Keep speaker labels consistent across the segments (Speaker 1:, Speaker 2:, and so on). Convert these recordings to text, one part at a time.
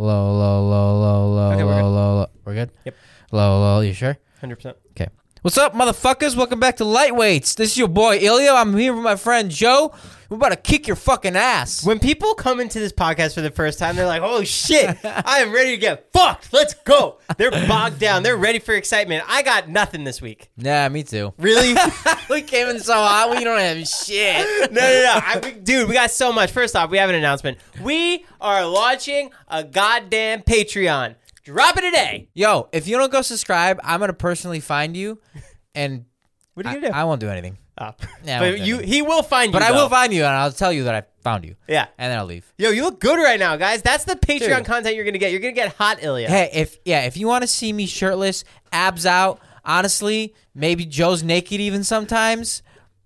Speaker 1: Low, low, low, low, low,
Speaker 2: Okay,
Speaker 1: low,
Speaker 2: we're good.
Speaker 1: low, low. We're good?
Speaker 2: Yep.
Speaker 1: Low, low, you sure?
Speaker 2: Hundred percent.
Speaker 1: Okay. What's up, motherfuckers? Welcome back to Lightweights. This is your boy Ilio. I'm here with my friend Joe. We're about to kick your fucking ass.
Speaker 2: When people come into this podcast for the first time, they're like, "Oh shit, I am ready to get fucked. Let's go." They're bogged down. They're ready for excitement. I got nothing this week.
Speaker 1: Nah, me too.
Speaker 2: Really? no,
Speaker 1: we came in so hot, we don't have shit.
Speaker 2: no, no. I, we- dude, we got so much. First off, we have an announcement. We are launching a goddamn Patreon. Drop it today.
Speaker 1: Yo, if you don't go subscribe, I'm gonna personally find you, and
Speaker 2: What are
Speaker 1: I,
Speaker 2: you gonna do?
Speaker 1: I won't do anything.
Speaker 2: Oh.
Speaker 1: Yeah, I won't
Speaker 2: but
Speaker 1: do
Speaker 2: you,
Speaker 1: anything.
Speaker 2: he will find you.
Speaker 1: But I will
Speaker 2: though.
Speaker 1: find you, and I'll tell you that I found you,
Speaker 2: Yeah.
Speaker 1: and then I'll leave.
Speaker 2: Yo, you look good right now, guys. That's the Patreon
Speaker 1: Dude.
Speaker 2: content you're gonna get. You're gonna get hot, Ilya.
Speaker 1: Hey, if yeah, if you want to see me shirtless, abs out, honestly, maybe Joe's naked even sometimes.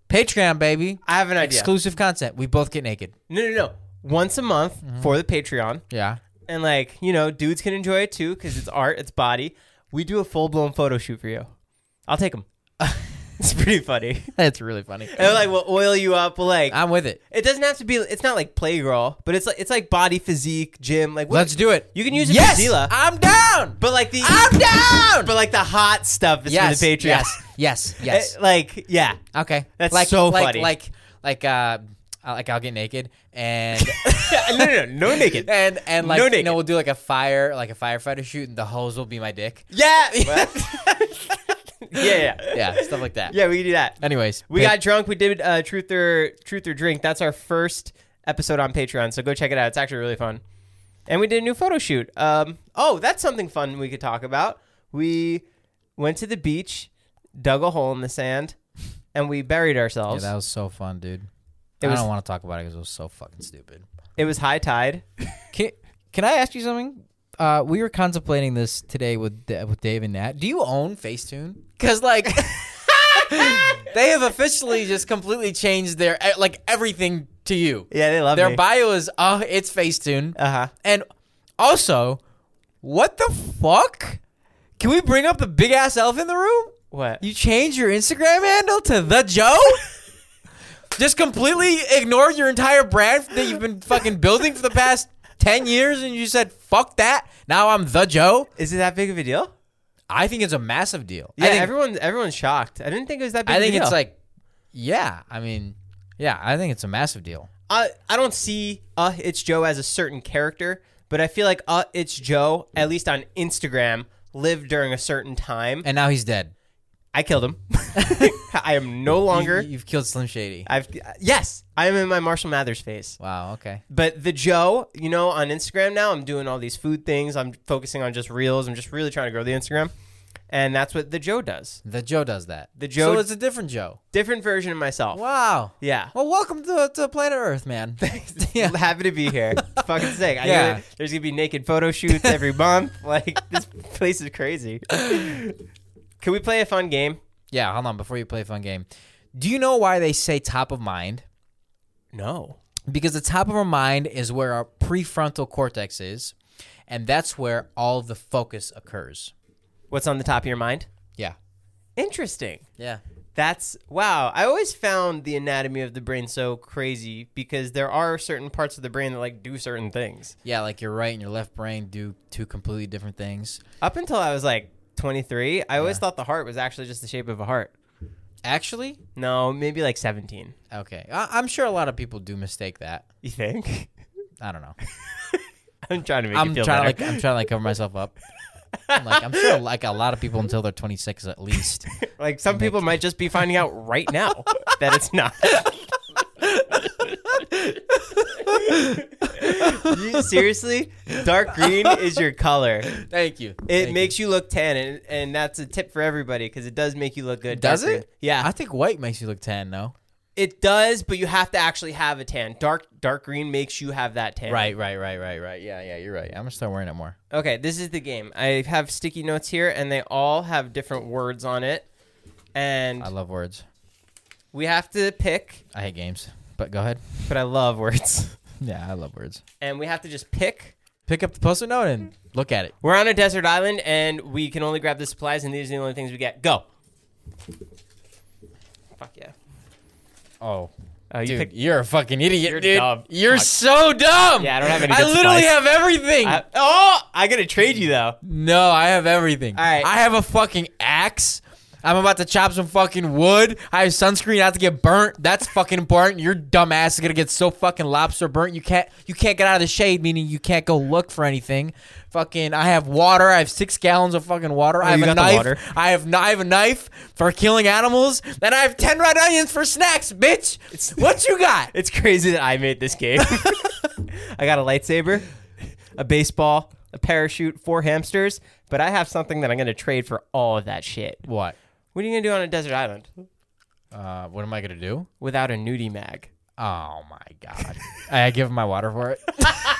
Speaker 1: Patreon, baby.
Speaker 2: I have an idea.
Speaker 1: Exclusive content. We both get naked.
Speaker 2: no, no, no. Once a month for the Patreon,
Speaker 1: Yeah.
Speaker 2: and like you know, dudes can enjoy it too because it's art, it's body. We do a full blown photo shoot for you. I'll take them. it's pretty funny.
Speaker 1: That's really funny.
Speaker 2: And like we'll oil you up. We'll like
Speaker 1: I'm with it.
Speaker 2: it doesn't have to be. It's not like playgirl, but it's like it's like body physique gym. Like what,
Speaker 1: Let's do it.
Speaker 2: You can use it
Speaker 1: yes,
Speaker 2: for Zila,
Speaker 1: I'm down.
Speaker 2: but like the
Speaker 1: I'm down.
Speaker 2: but like the hot stuff is
Speaker 1: yes,
Speaker 2: for the Patreon.
Speaker 1: yes. Yes. Yes.
Speaker 2: Eh, like yeah,
Speaker 1: okay.
Speaker 2: that's
Speaker 1: like,
Speaker 2: so
Speaker 1: like,
Speaker 2: funny.
Speaker 1: Like like uh I- like I'll get naked and
Speaker 2: no, no, no, no naked.
Speaker 1: and and like
Speaker 2: No
Speaker 1: you
Speaker 2: naked.
Speaker 1: know we'll do like a fire like a firefighter shoot and the hose will be my dick.
Speaker 2: Yeah. yeah, yeah,
Speaker 1: Yeah, stuff like that.
Speaker 2: yeah. We can do that.
Speaker 1: Anyways,
Speaker 2: We
Speaker 1: pa-
Speaker 2: got drunk. We did uh, truth or truth or drink. That's our first episode on Patreon. So go check it out. It's actually really fun. And we did a new photo shoot. Um, oh, that's something fun we could talk about. We went to the beach, dug a hole in the sand, and we buried
Speaker 1: Yeah,
Speaker 2: ourselves.
Speaker 1: that was so fun, dude.
Speaker 2: It
Speaker 1: I
Speaker 2: was-
Speaker 1: don't want to talk about it because it was so fucking stupid.
Speaker 2: it was high tide.
Speaker 1: Can Can I ask you something? Uh, we were contemplating this today with Da- with Dave and Nat. Do you own Facetune? Because like. they have officially just completely changed their eh, like everything to you.
Speaker 2: Yeah, they love
Speaker 1: Their
Speaker 2: me.
Speaker 1: bio is oh, it's Facetune,
Speaker 2: uh huh.
Speaker 1: and also, what the fuck? Can we bring up the big ass elf in the room?
Speaker 2: What?
Speaker 1: You changed your Instagram handle to the Joe? Just completely ignored your entire brand that you've been fucking building for the past 10 years and you said, fuck that. Now I'm the Joe?
Speaker 2: Is it that big of a deal?
Speaker 1: I think it's a massive deal.
Speaker 2: Yeah,
Speaker 1: I think,
Speaker 2: everyone everyone's shocked. I didn't think it was that big.
Speaker 1: I
Speaker 2: of a
Speaker 1: think
Speaker 2: deal.
Speaker 1: it's like, yeah, I mean, yeah, I think it's a massive deal.
Speaker 2: I I don't see uh it's Joe as a certain character, but I feel like uh it's Joe at least on Instagram lived during a certain time.
Speaker 1: And now he's dead.
Speaker 2: I killed him. I am no longer.
Speaker 1: You, have killed Slim Shady.
Speaker 2: I've yes, I am in my Marshall Mathers phase.
Speaker 1: Wow, okay.
Speaker 2: But the Joe, you know, on Instagram now, I'm doing all these food things. I'm focusing on just reels. I'm just really trying to grow the Instagram, and that's what the Joe does.
Speaker 1: The Joe does that.
Speaker 2: The Joe-
Speaker 1: So it's a different Joe.
Speaker 2: Different version of myself.
Speaker 1: Wow.
Speaker 2: Yeah.
Speaker 1: Well, welcome to, to planet Earth, man. yeah.
Speaker 2: Happy to be here. It's fucking sick. I
Speaker 1: Yeah.
Speaker 2: hear it. there's gonna be naked photo shoots every month. Like this place is crazy. Can we play a fun game?
Speaker 1: Yeah, hold on before you play a fun game. Do you know why they say top of mind?
Speaker 2: No.
Speaker 1: Because the top of our mind is where our prefrontal cortex is, and that's where all the focus occurs.
Speaker 2: What's on the top of your mind?
Speaker 1: Yeah.
Speaker 2: Interesting.
Speaker 1: Yeah.
Speaker 2: That's wow. I always found the anatomy of the brain so crazy because there are certain parts of the brain that like do certain things.
Speaker 1: Yeah, like your right and your left brain do two completely different things.
Speaker 2: Up until I was like 23, I always thought the heart was actually just the shape of a heart.
Speaker 1: Actually,
Speaker 2: No, maybe like 17.
Speaker 1: okay. I- I'm sure a lot of people do mistake that.
Speaker 2: You think?
Speaker 1: I don't know.
Speaker 2: I'm trying to make
Speaker 1: I'm
Speaker 2: you feel
Speaker 1: trying to like I'm trying to like cover myself up. I'm like I'm sure like a lot of people until they're 26 at least.
Speaker 2: Like some people might just be finding out right now that it's not. You- seriously, dark green is your color. It
Speaker 1: Thank you. It
Speaker 2: makes you. look tan, and, and that's a tip for everybody because it does make you look good.
Speaker 1: Does
Speaker 2: dark green.
Speaker 1: it?
Speaker 2: Yeah.
Speaker 1: I think white makes you look tan, though.
Speaker 2: It does, but you have to actually have a tan. Dark dark green makes you have that tan.
Speaker 1: Right, right, right, right, right. Yeah, yeah, you're right. I'm gonna start wearing it more.
Speaker 2: Okay, this is the game. I have sticky notes here, and they all have different words on it, and
Speaker 1: I love words.
Speaker 2: we have to pick.
Speaker 1: I hate games, but go ahead.
Speaker 2: But I love words,
Speaker 1: Yeah, I love words.
Speaker 2: and we have to just pick.
Speaker 1: Pick up the post-it note and look at it.
Speaker 2: We're on a desert island, and we can only grab the supplies, and these are the only things we get. Go. Fuck yeah.
Speaker 1: Oh,
Speaker 2: Uh, you
Speaker 1: dude,
Speaker 2: picked-
Speaker 1: you're a fucking idiot,
Speaker 2: You're
Speaker 1: dude.
Speaker 2: dumb.
Speaker 1: You're so dumb.
Speaker 2: Yeah, I don't have any
Speaker 1: I
Speaker 2: good
Speaker 1: literally have
Speaker 2: supplies.
Speaker 1: everything.
Speaker 2: I- oh, I gotta trade you though.
Speaker 1: No, I have everything.
Speaker 2: All right.
Speaker 1: I have a fucking axe. I'm about to chop some fucking wood. I have sunscreen not to get burnt. That's fucking important. Your dumbass is gonna get so fucking lobster burnt. You can't you can't get out of the shade, meaning you can't go look for anything. Fucking I have water. I have six gallons of fucking water. I have
Speaker 2: Oh, you
Speaker 1: a
Speaker 2: got the
Speaker 1: knife.
Speaker 2: water.
Speaker 1: I have kn- I have a knife for killing animals. And I have ten red onions for snacks, bitch. what you got?
Speaker 2: It's crazy that I made this game. I got a lightsaber, a baseball, a parachute, four hamsters, but I have something that I'm gonna trade for all of that shit.
Speaker 1: What?
Speaker 2: What are you gonna do on a desert island
Speaker 1: Uh, what am I gonna do?
Speaker 2: without a nudie mag?
Speaker 1: Oh my god! I give him my water for it.
Speaker 2: I,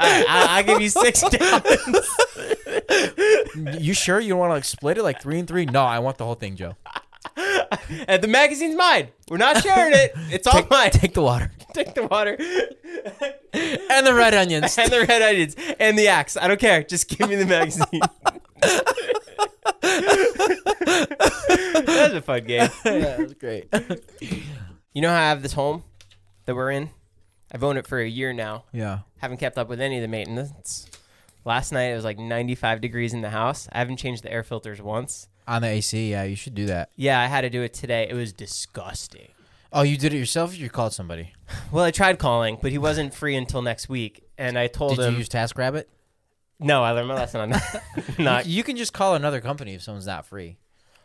Speaker 2: I, I'll give you six dollars.
Speaker 1: You sure you want to split it like three and three? No, I want the whole thing, Joe.
Speaker 2: and Uh, the magazine's mine. We're not sharing it. It's all mine.
Speaker 1: Take the water
Speaker 2: Take the water
Speaker 1: and the red onions.
Speaker 2: and the red onions and the axe. I don't care. Just give me the magazine. that was a fun game.
Speaker 1: that's great.
Speaker 2: You know how I have this home that we're in? I've owned it for a year now.
Speaker 1: Yeah.
Speaker 2: Haven't kept up with any of the maintenance. Last night it was like 95 degrees in the house. I haven't changed the air filters once.
Speaker 1: On the AC, yeah, you should do that.
Speaker 2: Yeah, I had to do it today. It was disgusting.
Speaker 1: Oh, you did it yourself? Or you called somebody?
Speaker 2: Well, I tried calling, but he wasn't free until next week. And I told
Speaker 1: Did
Speaker 2: him,
Speaker 1: you use TaskRabbit?
Speaker 2: no, I learned my lesson on that. Not.
Speaker 1: You can just call another company if someone's not free.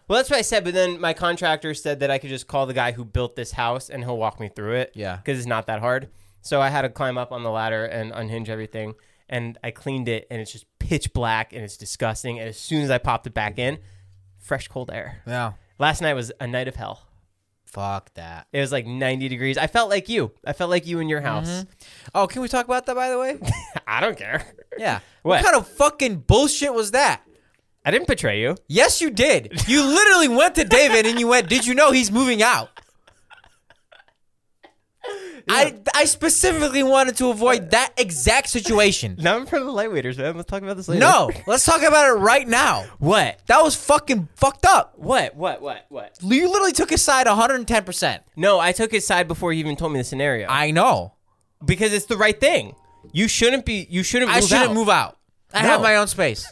Speaker 2: Well, that's what I said. But then my contractor said that I could just call the guy who built this house and he'll walk me through it.
Speaker 1: Yeah.
Speaker 2: because it's not that hard. So I had to climb up on the ladder and unhinge everything, and I cleaned it, and it's just pitch black and it's disgusting. And as soon as I popped it back in, fresh cold air.
Speaker 1: Yeah.
Speaker 2: Last night was a night of hell.
Speaker 1: Fuck that.
Speaker 2: It was like 90 degrees. I felt like you. I felt like you in your house.
Speaker 1: Oh, can we talk about that by the way?
Speaker 2: I don't care.
Speaker 1: Yeah.
Speaker 2: What?
Speaker 1: what kind of fucking bullshit was that?
Speaker 2: I didn't betray you.
Speaker 1: Yes, you did. You literally went to David and you went, "Did you know he's moving out?" I I specifically wanted to avoid that exact situation.
Speaker 2: Now I'm for the lightweighters, man. Let's talk about this later.
Speaker 1: No, let's talk about it right now.
Speaker 2: What?
Speaker 1: That was fucking fucked up.
Speaker 2: What? What? What? What?
Speaker 1: You literally took his side 110%.
Speaker 2: No, I took his side before he even told me the scenario.
Speaker 1: I know.
Speaker 2: because it's the right thing. You shouldn't be. You shouldn't.
Speaker 1: I
Speaker 2: move
Speaker 1: shouldn't
Speaker 2: out.
Speaker 1: move out. I
Speaker 2: No.
Speaker 1: have my own space.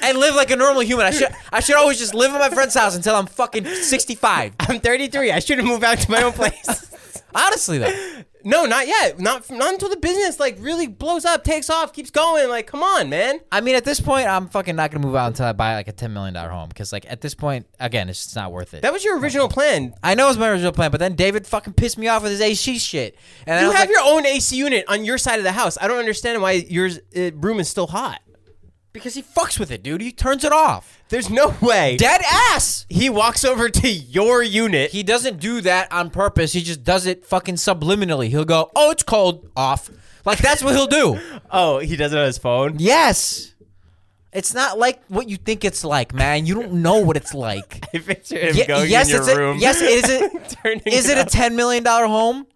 Speaker 1: and live like a normal human. I should I should always just live in my friend's house until I'm fucking 65.
Speaker 2: I'm 33. I shouldn't move out to my own place.
Speaker 1: Honestly though.
Speaker 2: No, not yet. Not not until the business like really blows up, takes off, keeps going. Like, come on, man.
Speaker 1: I mean, at this point, I'm fucking not gonna move out until I buy like a ten million dollar home. Cause like at this point, again, it's just not worth it.
Speaker 2: That was your original plan.
Speaker 1: I know it's my original plan, but then David fucking pissed me off with his AC shit. And I
Speaker 2: You
Speaker 1: was
Speaker 2: have
Speaker 1: like,
Speaker 2: your own AC unit on your side of the house. I don't understand why your uh, room is still hot.
Speaker 1: because he fucks with it, dude. He turns it off.
Speaker 2: There's no way.
Speaker 1: Dead ass.
Speaker 2: he walks over to your unit.
Speaker 1: He doesn't do that on purpose. He just does it fucking subliminally. He'll go, "Oh, it's cold." Off. Like that's what he'll do.
Speaker 2: oh, he does it on his phone.
Speaker 1: Yes. It's not like what you think it's like, man. You don't know what it's like.
Speaker 2: I picture him
Speaker 1: Ye-
Speaker 2: going
Speaker 1: yes,
Speaker 2: in your
Speaker 1: it's a-
Speaker 2: room.
Speaker 1: yes, it is
Speaker 2: turning
Speaker 1: Is it a
Speaker 2: up.
Speaker 1: ten million dollar home?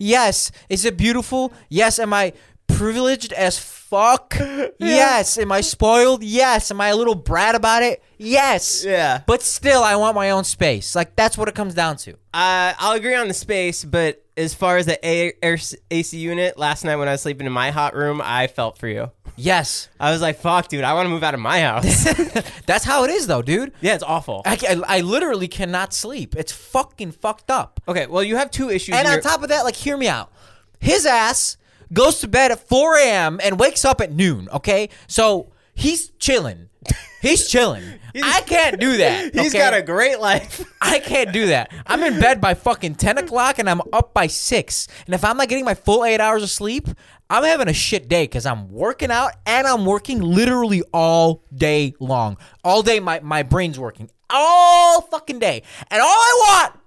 Speaker 1: Yes. Is it beautiful? Yes. Am I privileged as fuck? Yes. Am I spoiled? Yes. Am I a little brat about it? Yes.
Speaker 2: Yeah.
Speaker 1: But still, I want my own space. Like that's what it comes down to.
Speaker 2: Uh, I'll agree on the space, but as far as the A- air- AC unit, last night when I was sleeping in my hot room, I felt for you.
Speaker 1: Yes.
Speaker 2: I was like, fuck, dude, I want to move out of my house.
Speaker 1: that's how it is, though, dude.
Speaker 2: yeah, it's awful.
Speaker 1: I, ca- I literally cannot sleep. It's fucking fucked up.
Speaker 2: Okay, well, you have two issues.
Speaker 1: And on
Speaker 2: in your-
Speaker 1: top of that, like, hear me out. His ass goes to bed at 4 a.m. and wakes up at noon, okay? So he's chilling. He's chilling. I can't do that.
Speaker 2: He's
Speaker 1: okay?
Speaker 2: got a great life.
Speaker 1: I can't do that. I'm in bed by fucking ten o'clock and I'm up by six. And if I'm not getting my full eight hours of sleep, I'm having a shit day because I'm working out and I'm working literally all day long. All day my, my brain's working. All fucking day. And all I want,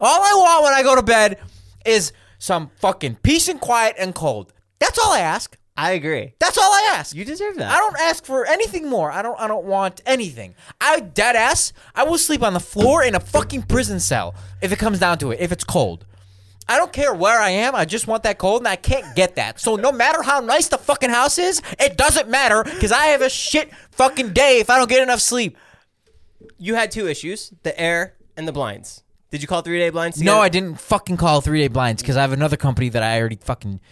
Speaker 1: all I want when I go to bed is some fucking peace and quiet and cold. That's all I ask.
Speaker 2: I agree.
Speaker 1: That's all I ask.
Speaker 2: You deserve that.
Speaker 1: I don't ask for anything more. I don't. I don't want anything. I dead ass. I will sleep on the floor in a fucking prison cell if it comes down to it. If it's cold, I don't care where I am. I just want that cold, and I can't get that. So no matter how nice the fucking house is, it doesn't matter because I have a shit fucking day if I don't get enough sleep.
Speaker 2: You had two issues: the air and the blinds. Did you call three day blinds?
Speaker 1: No,
Speaker 2: together?
Speaker 1: I didn't fucking call three day blinds because I have another company that I already fucking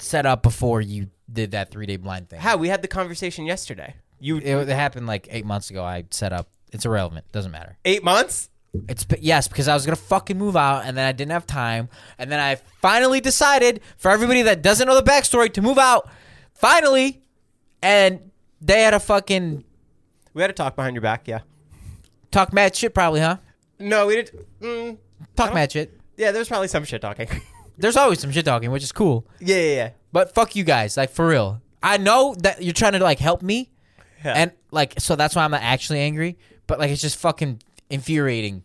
Speaker 1: set up before you did that three day blind thing.
Speaker 2: How we had the conversation yesterday. You
Speaker 1: It, it happened like eight months ago. I set up. It's irrelevant. Doesn't matter.
Speaker 2: eight months.
Speaker 1: It's yes, because I was gonna fucking move out, and then I didn't have time, and then I finally decided for everybody that doesn't know the backstory to move out, finally, and they had a fucking
Speaker 2: We had a talk behind your back. Yeah.
Speaker 1: talk mad shit, probably, huh?
Speaker 2: No, we did. Mm,
Speaker 1: Talk mad shit.
Speaker 2: yeah, there's probably some shit talking.
Speaker 1: There's always some shit talking, which is cool,
Speaker 2: yeah, yeah, yeah.
Speaker 1: but fuck you guys, like for real. I know that you're trying to like help me,
Speaker 2: Yeah.
Speaker 1: and like so that's why I'm not actually angry, but like it's just fucking infuriating.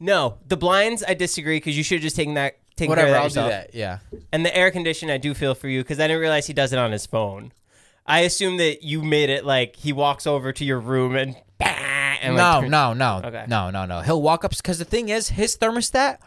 Speaker 2: No, the blinds. I disagree because you should have just taken that. Taken care
Speaker 1: Whatever,
Speaker 2: of that
Speaker 1: I'll
Speaker 2: yourself.
Speaker 1: do that. Yeah.
Speaker 2: And the air condition, I do feel for you because I didn't realize he does it on his phone. I assume that you made it like he walks over to your room and. bah, and like,
Speaker 1: no,
Speaker 2: turn-
Speaker 1: no, no,
Speaker 2: Okay.
Speaker 1: no, no, no. He'll walk up because the thing is, his thermostat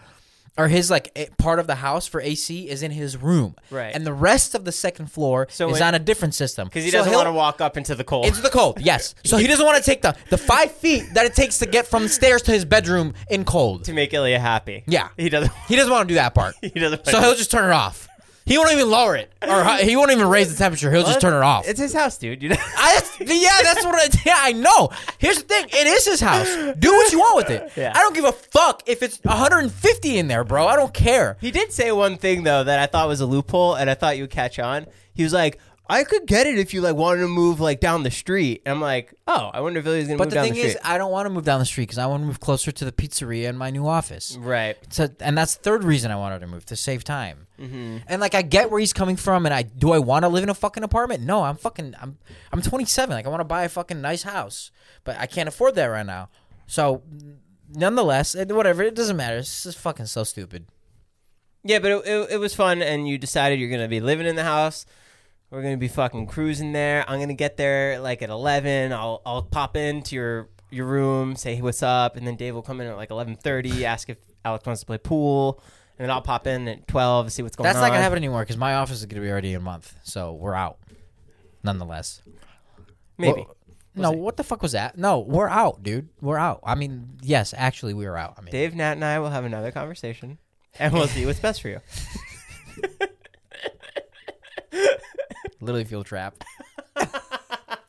Speaker 1: or his like a- part of the house for AC is in his room,
Speaker 2: Right.
Speaker 1: And the rest of the second floor
Speaker 2: So
Speaker 1: is
Speaker 2: it-
Speaker 1: on a different system
Speaker 2: Because he
Speaker 1: So
Speaker 2: doesn't
Speaker 1: he'll-
Speaker 2: want to walk up into the cold.
Speaker 1: into the cold. Yes, so he doesn't want to take the the five feet that it takes to get from the stairs to his bedroom in cold.
Speaker 2: to make Ilya happy.
Speaker 1: Yeah.
Speaker 2: He doesn't.
Speaker 1: He doesn't want to do that part,
Speaker 2: He doesn't.
Speaker 1: so he'll just turn it off. He won't even lower it, or hi- he won't even raise the temperature. He'll just turn it off.
Speaker 2: It's his house, dude. You know.
Speaker 1: I, that's- yeah, that's what I, yeah, I know. Here's the thing: it is his house. Do what you want with it.
Speaker 2: Yeah.
Speaker 1: I don't give a fuck if it's 150 in there, bro. I don't care.
Speaker 2: He did say one thing though that I thought was a loophole, and I thought you'd catch on. He was like, "I could get it if you like wanted to move like down the street." And I'm like, "Oh, I wonder if Ilya's gonna
Speaker 1: But
Speaker 2: move
Speaker 1: the
Speaker 2: down
Speaker 1: thing
Speaker 2: the
Speaker 1: is,
Speaker 2: street."
Speaker 1: I don't want to move down the street because I want to move closer to the pizzeria and my new office.
Speaker 2: right.
Speaker 1: So, and that's the third reason I wanted to move to save time.
Speaker 2: Mm-hmm.
Speaker 1: And like, I get where he's coming from, and I do I want to live in a fucking apartment? No, I'm fucking I'm I'm 27. Like, I want to buy a fucking nice house, but I can't afford that right now. So, nonetheless, it, whatever, it doesn't matter. This is fucking so stupid.
Speaker 2: Yeah, but it, it, it was fun, and you decided you're gonna be living in the house. We're gonna be fucking cruising there. I'm gonna get there like at 11. I'll I'll pop into your your room, say hey, what's up, and then Dave will come in at like 11:30, ask if Alex wants to play pool, and then I'll pop in at 12, see what's going
Speaker 1: That's
Speaker 2: on.
Speaker 1: not gonna happen anymore because my office is gonna be already in a month, so we're out. Nonetheless,
Speaker 2: Maybe.
Speaker 1: Well, no, what the fuck was that? No, we're out, dude. We're out. I mean, yes, actually, we were out. I mean,
Speaker 2: Dave, Nat, and I will have another conversation, and we'll see what's best for you.
Speaker 1: literally feel trapped.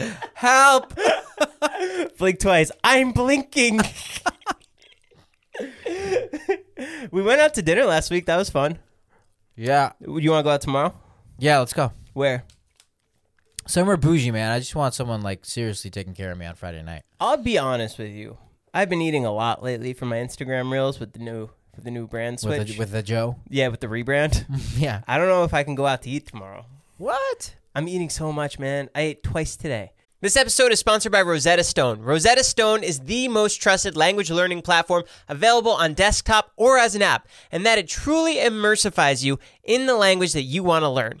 Speaker 1: Help!
Speaker 2: Blink twice. I'm blinking. we went out to dinner last week. That was fun.
Speaker 1: Yeah,
Speaker 2: You want to go out tomorrow?
Speaker 1: yeah. Let's go.
Speaker 2: Where?
Speaker 1: Somewhere bougie, man. I just want someone like seriously taking care of me on Friday night.
Speaker 2: I'll be honest with you. I've been eating a lot lately for my Instagram reels with the new with the new brand
Speaker 1: With
Speaker 2: switch.
Speaker 1: a, with a Joe.
Speaker 2: yeah, with the rebrand.
Speaker 1: yeah.
Speaker 2: I don't know if I can go out to eat tomorrow.
Speaker 1: What?
Speaker 2: I'm eating so much, man. I ate twice today. This episode is sponsored by Rosetta Stone. Rosetta Stone is the most trusted language learning platform available on desktop or as an app, and that it truly immersifies you in the language that you want to learn.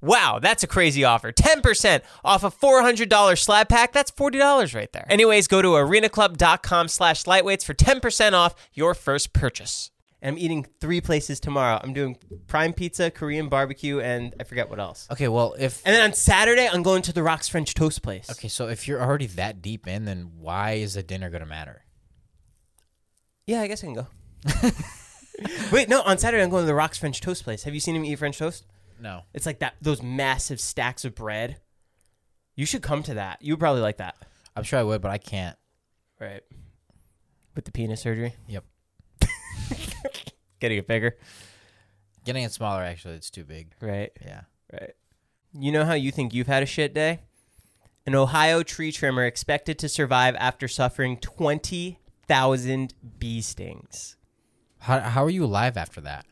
Speaker 2: Wow, that's a crazy offer. 10% off a $400 slab pack. That's $40 right there. Anyways, go to arenaclub.com slash lightweights for 10% off your first purchase. And I'm eating three places tomorrow. I'm doing prime pizza, Korean barbecue, and I forget what else.
Speaker 1: Okay, well, if
Speaker 2: And then on Saturday, I'm going to the Rocks French Toast place.
Speaker 1: okay, so if you're already that deep in, then why is a dinner gonna matter?
Speaker 2: Yeah, I guess I can go. Wait, no, on Saturday, I'm going to the Rocks French Toast place. Have you seen him eat French toast?
Speaker 1: No,
Speaker 2: It's like that those massive stacks of bread. You should come to that. You would probably like that.
Speaker 1: I'm sure I would, but I can't.
Speaker 2: Right. With the penis surgery?
Speaker 1: Yep.
Speaker 2: Getting it bigger.
Speaker 1: Getting it smaller, actually, it's too big.
Speaker 2: Right.
Speaker 1: Yeah.
Speaker 2: Right. You know how you think you've had a shit day? An Ohio tree trimmer expected to survive after suffering 20,000 bee stings.
Speaker 1: How how are you alive after that?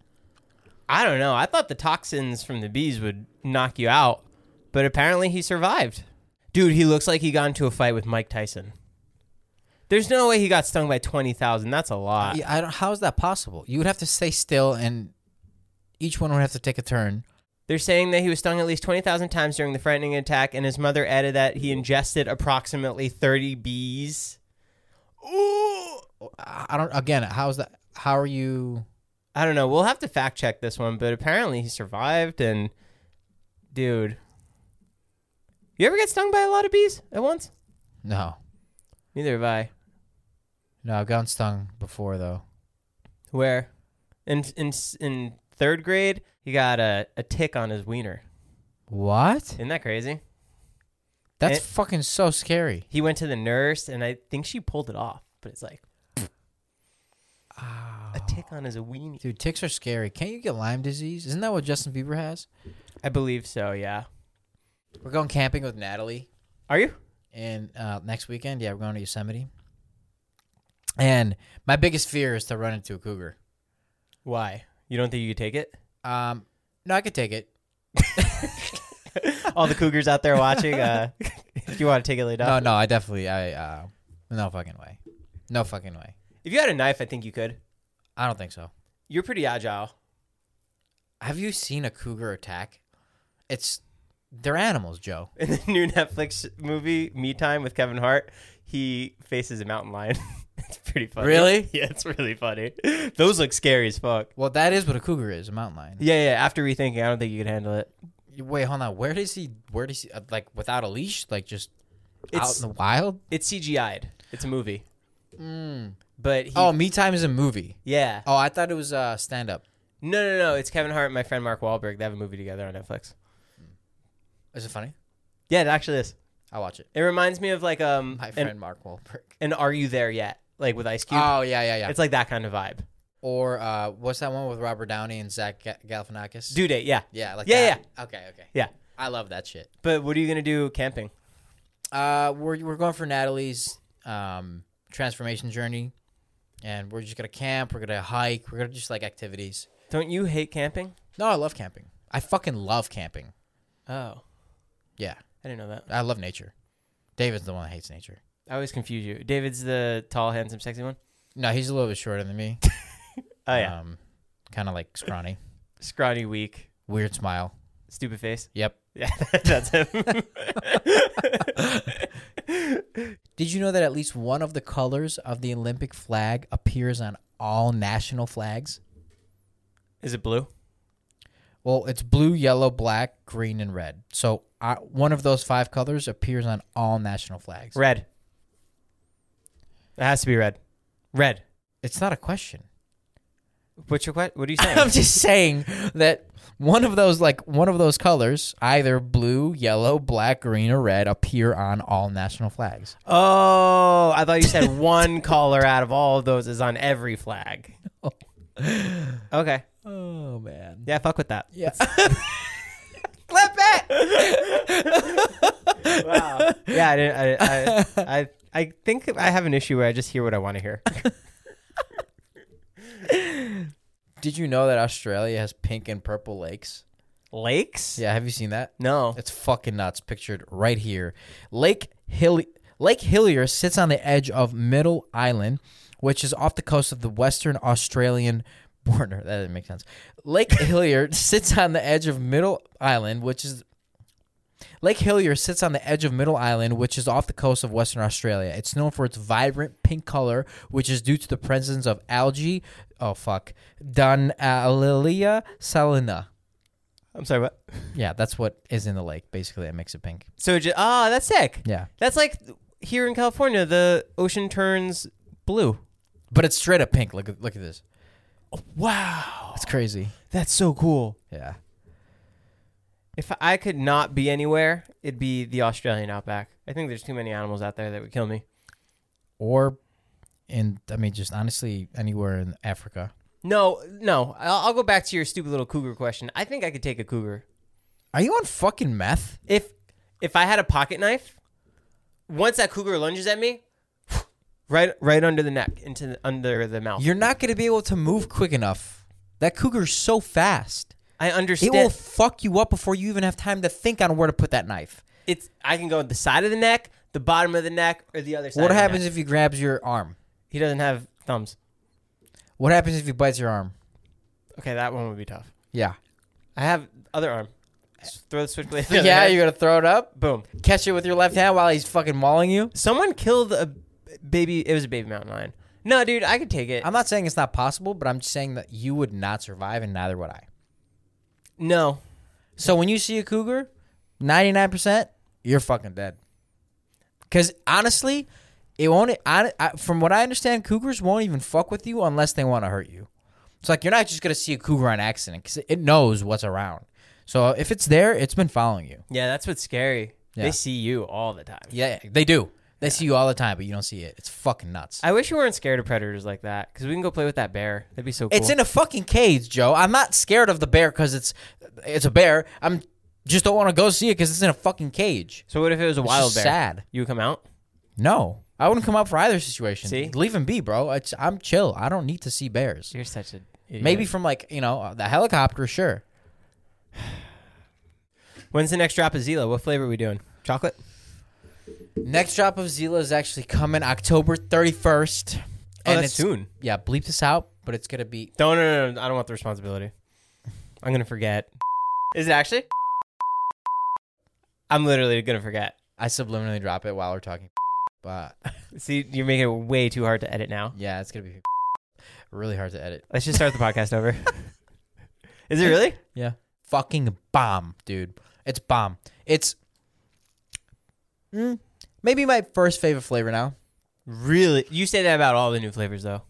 Speaker 2: I don't know. I thought the toxins from the bees would knock you out, but apparently he survived. Dude, he looks like he got into a fight with Mike Tyson. There's no way he got stung by 20,000. That's a lot.
Speaker 1: Yeah, I don't, how is that possible? You would have to stay still, and each one would have to take a turn.
Speaker 2: They're saying that he was stung at least 20,000 times during the frightening attack, and his mother added that he ingested approximately 30 bees. Ooh!
Speaker 1: I I don't. Again, how is that? How are you?
Speaker 2: I don't know. We'll have to fact check this one, but apparently he survived, and dude. You ever get stung by a lot of bees at once?
Speaker 1: No,
Speaker 2: Neither have I.
Speaker 1: no, I've gotten stung before though.
Speaker 2: Where? In in in third grade, he got a, a tick on his wiener.
Speaker 1: What?
Speaker 2: Isn't that crazy?
Speaker 1: That's
Speaker 2: It-
Speaker 1: fucking so scary.
Speaker 2: He went to the nurse, and I think she pulled it off. But it's like a tick on his weenie.
Speaker 1: Dude, ticks are scary. Can't you get Lyme disease? Isn't that what Justin Bieber has?
Speaker 2: I believe so. Yeah.
Speaker 1: We're going camping with Natalie,
Speaker 2: Are you?
Speaker 1: and uh, next weekend, yeah, we're going to Yosemite. And my biggest fear is to run into a cougar.
Speaker 2: Why? You don't think you could take it?
Speaker 1: Um, no, I could take it.
Speaker 2: All the cougars out there watching. Uh, if you want to take it laid
Speaker 1: No,
Speaker 2: off.
Speaker 1: no, I definitely, I, uh, no fucking way, no fucking way.
Speaker 2: If you had a knife, I think you could.
Speaker 1: I don't think so.
Speaker 2: You're pretty agile.
Speaker 1: Have you seen a cougar attack? It's they're animals, Joe.
Speaker 2: In the new Netflix movie Me Time with Kevin Hart, he faces a mountain lion. it's pretty funny.
Speaker 1: Really?
Speaker 2: Yeah, it's really funny. Those look scary as fuck.
Speaker 1: Well, that is what a cougar is, a mountain lion.
Speaker 2: Yeah, yeah. After rethinking, I don't think you could handle it.
Speaker 1: Wait, hold on. Where does he? Where does he? uh, Like without a leash, like just out
Speaker 2: It's
Speaker 1: in the wild?
Speaker 2: it's CGI'd. It's a movie. Hmm. But he,
Speaker 1: Oh, Me Time is a movie.
Speaker 2: yeah,
Speaker 1: Oh, I thought it was uh, stand up.
Speaker 2: no, no, no. It's Kevin Hart and my friend Mark Wahlberg. They have a movie together on Netflix.
Speaker 1: Is it funny?
Speaker 2: Yeah, it actually is.
Speaker 1: I watch it.
Speaker 2: It reminds me of like um
Speaker 1: My friend
Speaker 2: an,
Speaker 1: Mark Wahlberg.
Speaker 2: an Are You There Yet? Like with Ice Cube.
Speaker 1: Oh yeah, yeah, yeah.
Speaker 2: It's like that kind of vibe.
Speaker 1: or uh, what's that one with Robert Downey and Zach Ga- Galifianakis?
Speaker 2: Due date. Yeah,
Speaker 1: Yeah, like
Speaker 2: Yeah,
Speaker 1: that. yeah. Okay, okay.
Speaker 2: yeah.
Speaker 1: I love that shit.
Speaker 2: But what are you gonna do camping?
Speaker 1: Uh, we're we're going for Natalie's um transformation journey, and we're just gonna camp. We're gonna hike. We're gonna just like activities.
Speaker 2: Don't you hate camping?
Speaker 1: No, I love camping. I fucking love camping.
Speaker 2: Oh,
Speaker 1: Yeah,
Speaker 2: I didn't know that.
Speaker 1: I love nature. David's the one that hates nature.
Speaker 2: I always confuse you. David's the tall, handsome, sexy one.
Speaker 1: No, he's a little bit shorter than me.
Speaker 2: Oh yeah,
Speaker 1: Um, kind of like scrawny,
Speaker 2: scrawny, weak,
Speaker 1: weird smile.
Speaker 2: stupid face.
Speaker 1: Yep.
Speaker 2: Yeah, that's him.
Speaker 1: Did you know that at least one of the colors of the Olympic flag appears on all national flags?
Speaker 2: Is it blue?
Speaker 1: Well, it's blue, yellow, black, green, and red. So uh, one of those five colors appears on all national flags.
Speaker 2: Red. It has to be red. Red.
Speaker 1: It's not a question.
Speaker 2: What's your what? What are you saying?
Speaker 1: I'm just saying that one of those, like one of those colors, either blue, yellow, black, green, or red, appear on all national flags.
Speaker 2: Oh, I thought you said one color out of all of those is on every flag. Okay.
Speaker 1: Oh man.
Speaker 2: Yeah, fuck with that.
Speaker 1: Yeah.
Speaker 2: Clip it. wow. Yeah, I, didn't, I, I, I, I think I have an issue where I just hear what I want to hear.
Speaker 1: Did you know that Australia has pink and purple lakes?
Speaker 2: Lakes?
Speaker 1: Yeah, have you seen that?
Speaker 2: No.
Speaker 1: It's fucking nuts. Pictured right here. Lake Hill Lake Hillier sits on the edge of Middle Island, which is off the coast of the Western Australian border. That doesn't make sense. Lake Hillier sits on the edge of Middle Island, which is Lake Hillier sits on the edge of Middle Island, which is off the coast of Western Australia. It's known for its vibrant pink color, which is due to the presence of algae. Oh fuck, Dunalilia salina.
Speaker 2: I'm sorry. What?
Speaker 1: Yeah, that's what is in the lake. Basically, that makes it pink.
Speaker 2: So it just ah, that's sick.
Speaker 1: Yeah,
Speaker 2: That's like here in California, the ocean turns blue.
Speaker 1: but it's straight up pink. Look, at look at this.
Speaker 2: Wow,
Speaker 1: It's crazy.
Speaker 2: that's so cool.
Speaker 1: Yeah.
Speaker 2: If I could not be anywhere, it'd be the Australian outback. I think there's too many animals out there that would kill me.
Speaker 1: Or, in I mean, just honestly, anywhere in Africa.
Speaker 2: No, no. I'll, I'll go back to your stupid little cougar question. I think I could take a cougar
Speaker 1: Are you on fucking meth?
Speaker 2: if if I had a pocket knife. Once that cougar lunges at me, right, right under the neck, into the, under the mouth.
Speaker 1: You're not gonna be able to move quick enough. That cougar's so fast.
Speaker 2: I
Speaker 1: It
Speaker 2: understand.
Speaker 1: will fuck you up before you even have time to think on where to put that knife.
Speaker 2: it's I can go the side of the neck, the bottom of the neck, or the other side.
Speaker 1: what
Speaker 2: of the
Speaker 1: happens
Speaker 2: neck.
Speaker 1: if he grabs your arm?
Speaker 2: he doesn't have thumbs?
Speaker 1: What happens if he bites your arm?
Speaker 2: Okay, that one would be tough.
Speaker 1: Yeah.
Speaker 2: I have other arm. S- Throw the switchblade. the other
Speaker 1: Yeah,
Speaker 2: hand.
Speaker 1: you're gonna throw it up,
Speaker 2: boom.
Speaker 1: catch it with your left hand while he's fucking mauling you.
Speaker 2: Someone killed a baby. It was a baby mountain lion. No, dude, I could take it.
Speaker 1: I'm not saying it's not possible, but I'm just saying that you would not survive, and neither would I.
Speaker 2: no,
Speaker 1: So when you see a cougar, 99%, you're fucking dead. Cuz honestly, it won't I, I, from what I understand, cougars won't even fuck with you unless they want to hurt you. It's like you're not just going to see a cougar on accident cuz it knows what's around. So if it's there, it's been following you.
Speaker 2: yeah, that's what's scary.
Speaker 1: Yeah.
Speaker 2: They see you all the time.
Speaker 1: Yeah, they do. They see you all the time, but you don't see it. It's fucking nuts.
Speaker 2: I wish you weren't scared of predators like that because we can go play with that bear. That'd be so cool.
Speaker 1: It's in a fucking cage, Joe. I'm not scared of the bear cuz it's it's a bear. I'm just don't want to go see it cuz it's in a fucking cage.
Speaker 2: so what if it was a wild
Speaker 1: just
Speaker 2: bear?
Speaker 1: sad.
Speaker 2: You would come out.
Speaker 1: No, I wouldn't come out for either situation.
Speaker 2: See?
Speaker 1: leave him be, bro. It's, I'm chill. I don't need to see bears.
Speaker 2: You're such an idiot.
Speaker 1: Maybe from like you know the helicopter, sure.
Speaker 2: When's the next drop of Zila? What flavor are we doing? Oh, Chocolate.
Speaker 1: Next drop of Zila is actually coming October 31st.
Speaker 2: Oh, that's
Speaker 1: it's,
Speaker 2: soon.
Speaker 1: Yeah, bleep this out, but it's gonna be
Speaker 2: No, no, no, no. I don't want the responsibility. I'm gonna forget. Is it actually? I'm literally gonna forget.
Speaker 1: I subliminally drop it while we're talking, but
Speaker 2: See, you're making it way too hard to edit now.
Speaker 1: yeah, it's gonna be really hard to edit.
Speaker 2: Let's just start the podcast over. Is it really?
Speaker 1: Yeah, fucking bomb, dude. It's bomb. It's mm, maybe my first favorite flavor now.
Speaker 2: Really? You say that about all the new flavors, though.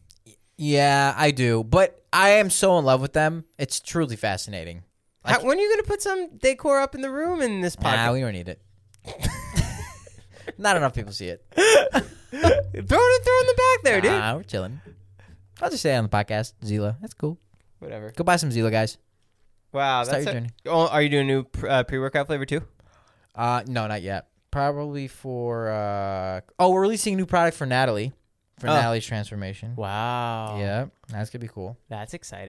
Speaker 1: Yeah, I do. But I am so in love with them. It's truly fascinating.
Speaker 2: How, when are you gonna put some decor up in the room in this
Speaker 1: Nah,
Speaker 2: podcast?
Speaker 1: we don't need it. Not enough people see it.
Speaker 2: throw it, throw it in the back there, dude.
Speaker 1: Nah, we're chilling. I'll just say it on the podcast, Zila. That's cool.
Speaker 2: Whatever.
Speaker 1: Go buy some Zila, guys.
Speaker 2: Wow,
Speaker 1: Start
Speaker 2: that's
Speaker 1: your
Speaker 2: a-
Speaker 1: journey.
Speaker 2: Oh, are you doing new pr- uh, pre-workout flavor too?
Speaker 1: Uh, no, not yet. Probably for uh oh, we're releasing a new product for Natalie, for
Speaker 2: Oh.
Speaker 1: Natalie's transformation.
Speaker 2: Wow.
Speaker 1: Yeah, that's gonna be cool.
Speaker 2: That's exciting.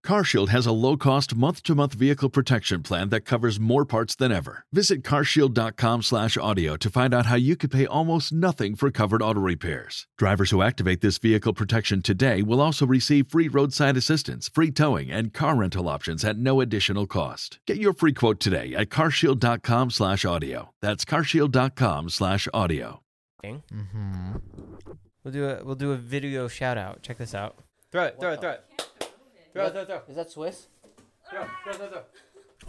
Speaker 3: CarShield has a low-cost month-to-month vehicle protection plan that covers more parts than ever. Visit carshield.com/audio to find out how you could pay almost nothing for covered auto repairs. Drivers who activate this vehicle protection today will also receive free roadside assistance, free towing, and car rental options at no additional cost. Get your free quote today at carshield.com/audio. That's carshield.com/audio.
Speaker 1: Mm-hmm.
Speaker 2: We'll do a we'll do a video shout out. Check this out. Throw it. Throw it. Throw it. Throw it. Throw it. Throw it.
Speaker 1: Is that Swiss?
Speaker 2: Throw it. Throw it. Throw it. Throw it.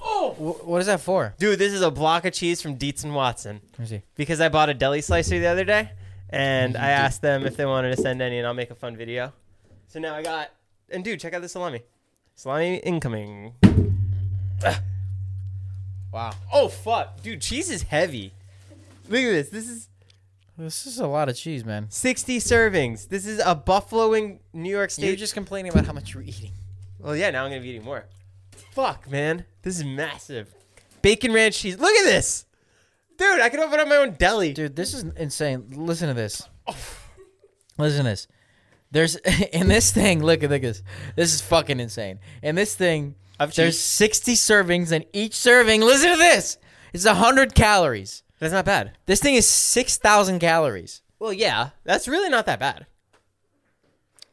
Speaker 2: Oh!
Speaker 1: what is that for?
Speaker 2: Dude, this is a block of cheese from Dietz and Watson
Speaker 1: Let me see.
Speaker 2: because I bought a deli slicer the other day, and I asked them if they wanted to send any, and I'll make a fun video. So now I got and dude, check out this salami. Salami incoming.
Speaker 1: Wow,
Speaker 2: Oh fuck, dude, cheese is heavy. Look at this. This is
Speaker 1: this is a lot of cheese, man.
Speaker 2: 60 servings. This is a buffalo wing New York
Speaker 1: You're
Speaker 2: State.
Speaker 1: just complaining about how much you're eating.
Speaker 2: well, yeah, now I'm gonna be eating more. Fuck, man, this is massive. Bacon ranch cheese. Look at this, dude. I could open up my own deli.
Speaker 1: Dude, this is insane. Listen to this. Listen to this. There's in this thing. Look at look at this. This is fucking insane. In this thing,
Speaker 2: Of
Speaker 1: there's
Speaker 2: cheese.
Speaker 1: 60 servings, and each serving. Listen to this. It's 100 calories.
Speaker 2: That's not bad.
Speaker 1: This thing is 6,000 calories.
Speaker 2: Well, yeah, that's really not that bad.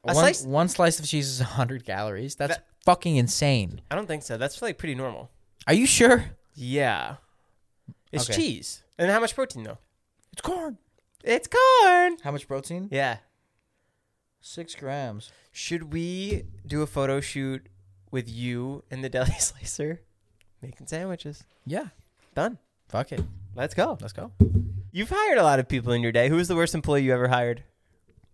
Speaker 2: A
Speaker 1: One,
Speaker 2: slice-
Speaker 1: one slice of cheese is 100 calories. That's
Speaker 2: That-
Speaker 1: fucking insane.
Speaker 2: I don't think so. That's like pretty normal.
Speaker 1: Are you sure?
Speaker 2: Yeah, it's
Speaker 1: Okay.
Speaker 2: cheese. And how much protein though?
Speaker 1: It's corn.
Speaker 2: It's corn.
Speaker 1: How much protein?
Speaker 2: Yeah.
Speaker 1: Six grams.
Speaker 2: Should we do a photo shoot with you and the deli slicer making sandwiches?
Speaker 1: Yeah.
Speaker 2: Done.
Speaker 1: Fuck it.
Speaker 2: Let's go.
Speaker 1: Let's go.
Speaker 2: You've hired a lot of people in your day. Who was the worst employee you ever hired?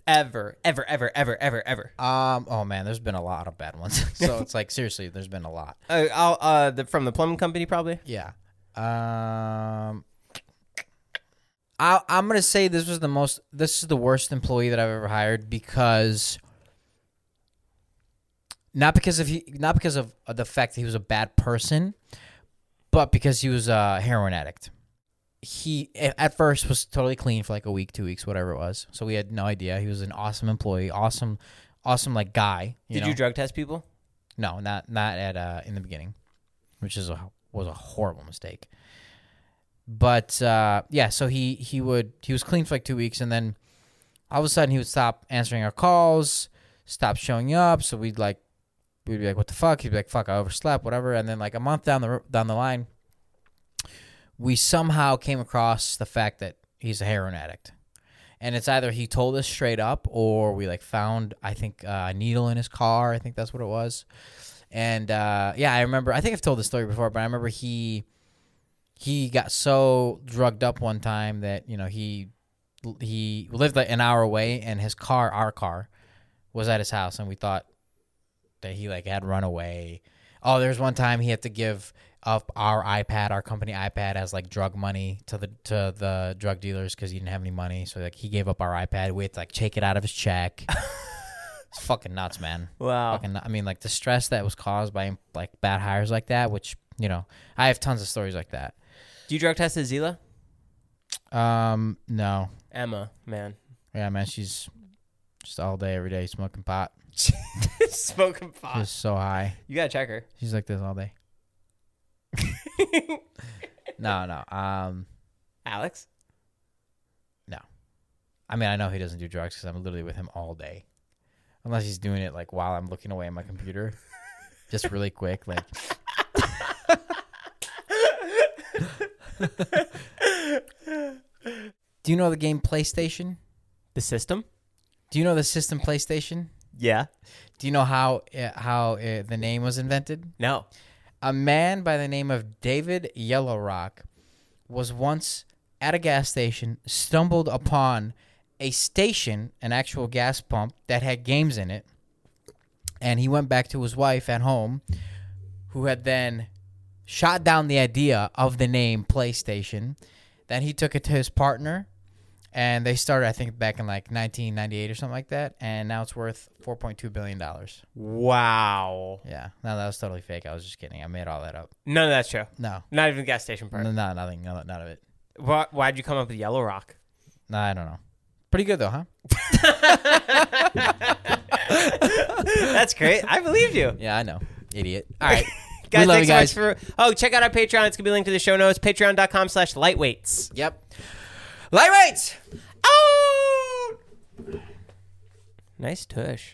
Speaker 2: Ever, ever, ever, ever, ever, ever.
Speaker 1: Um. Oh man, there's been a lot of bad ones. so it's like seriously, there's been a lot.
Speaker 2: Uh, I'll, uh, the, from the plumbing company, probably.
Speaker 1: Yeah. Um. I I'm gonna say this was the most. This is the worst employee that I've ever hired because. Not because of he, not because of the fact that he was a bad person, but because he was a heroin addict. He a- at first was totally clean for like a week, two weeks, whatever it was. So we had no idea. He was an awesome employee, awesome, awesome like guy.
Speaker 2: Did
Speaker 1: know?
Speaker 2: you drug test people?
Speaker 1: No, not not at uh, in the beginning, which is a, was a horrible mistake. But uh, yeah, so he he would he was clean for like two weeks, and then all of a sudden he would stop answering our calls, stop showing up. So we'd like we'd be like, "What the fuck?" He'd be like, "Fuck, I overslept, whatever." And then like a month down the ro- down the line, we somehow came across the fact that he's a heroin addict. And it's either he told us straight up, or we like found I think uh, a needle in his car. I think that's what it was. And uh, yeah, I remember. I think I've told this story before, but I remember he he got so drugged up one time that you know he he lived like an hour away, and his car, our car, was at his house, and we thought that he like had run away. Oh, there's one time he had to give up our iPad, our company iPad, as like drug money to the to the drug dealers because he didn't have any money. So like he gave up our iPad. We had to like take it out of his check. it's fucking nuts, man.
Speaker 2: Wow.
Speaker 1: Fucking, I mean, like the stress that was caused by like bad hires like that. Which you know, I have tons of stories like that.
Speaker 2: Do you drug test Azila?
Speaker 1: Um, no,
Speaker 2: Emma, man.
Speaker 1: yeah, man, she's just all day, every day, smoking pot.
Speaker 2: Smoking pot.
Speaker 1: She's so high.
Speaker 2: You gotta check her.
Speaker 1: She's like this all day. no, no. Um,
Speaker 2: Alex?
Speaker 1: I mean, I know he doesn't do drugs because I'm literally with him all day, unless he's doing it like while I'm looking away at my computer, just really quick, like. do you know the game PlayStation?
Speaker 2: The system?
Speaker 1: Do you know the system PlayStation?
Speaker 2: Yeah.
Speaker 1: Do you know how uh, how uh, the name was invented?
Speaker 2: No.
Speaker 1: A man by the name of David Yellow Rock was once at a gas station, stumbled upon a station, an actual gas pump that had games in it, and he went back to his wife at home, who had then shot down the idea of the name PlayStation. Then he took it to his partner, and they started, I think, back in like 1998 or something like that, and now it's worth 4.2 billion dollars.
Speaker 2: Wow.
Speaker 1: Yeah, no, that was totally fake. I was just kidding. I made all that up.
Speaker 2: None of that's true.
Speaker 1: No,
Speaker 2: Not even the gas station part.
Speaker 1: no, no nothing, no, none of it.
Speaker 2: Why, why'd you come up with Yellow Rock?
Speaker 1: No, I don't know. Pretty good though, huh?
Speaker 2: That's great. I believed you.
Speaker 1: Yeah, I know. Idiot.
Speaker 2: All right.
Speaker 1: We
Speaker 2: Guys,
Speaker 1: love
Speaker 2: thanks
Speaker 1: you guys.
Speaker 2: so much for. Oh, check out our Patreon. It's going to be linked to the show notes. Patreon.com slash lightweights.
Speaker 1: Yep. Lightweights.
Speaker 2: Oh! Nice tush.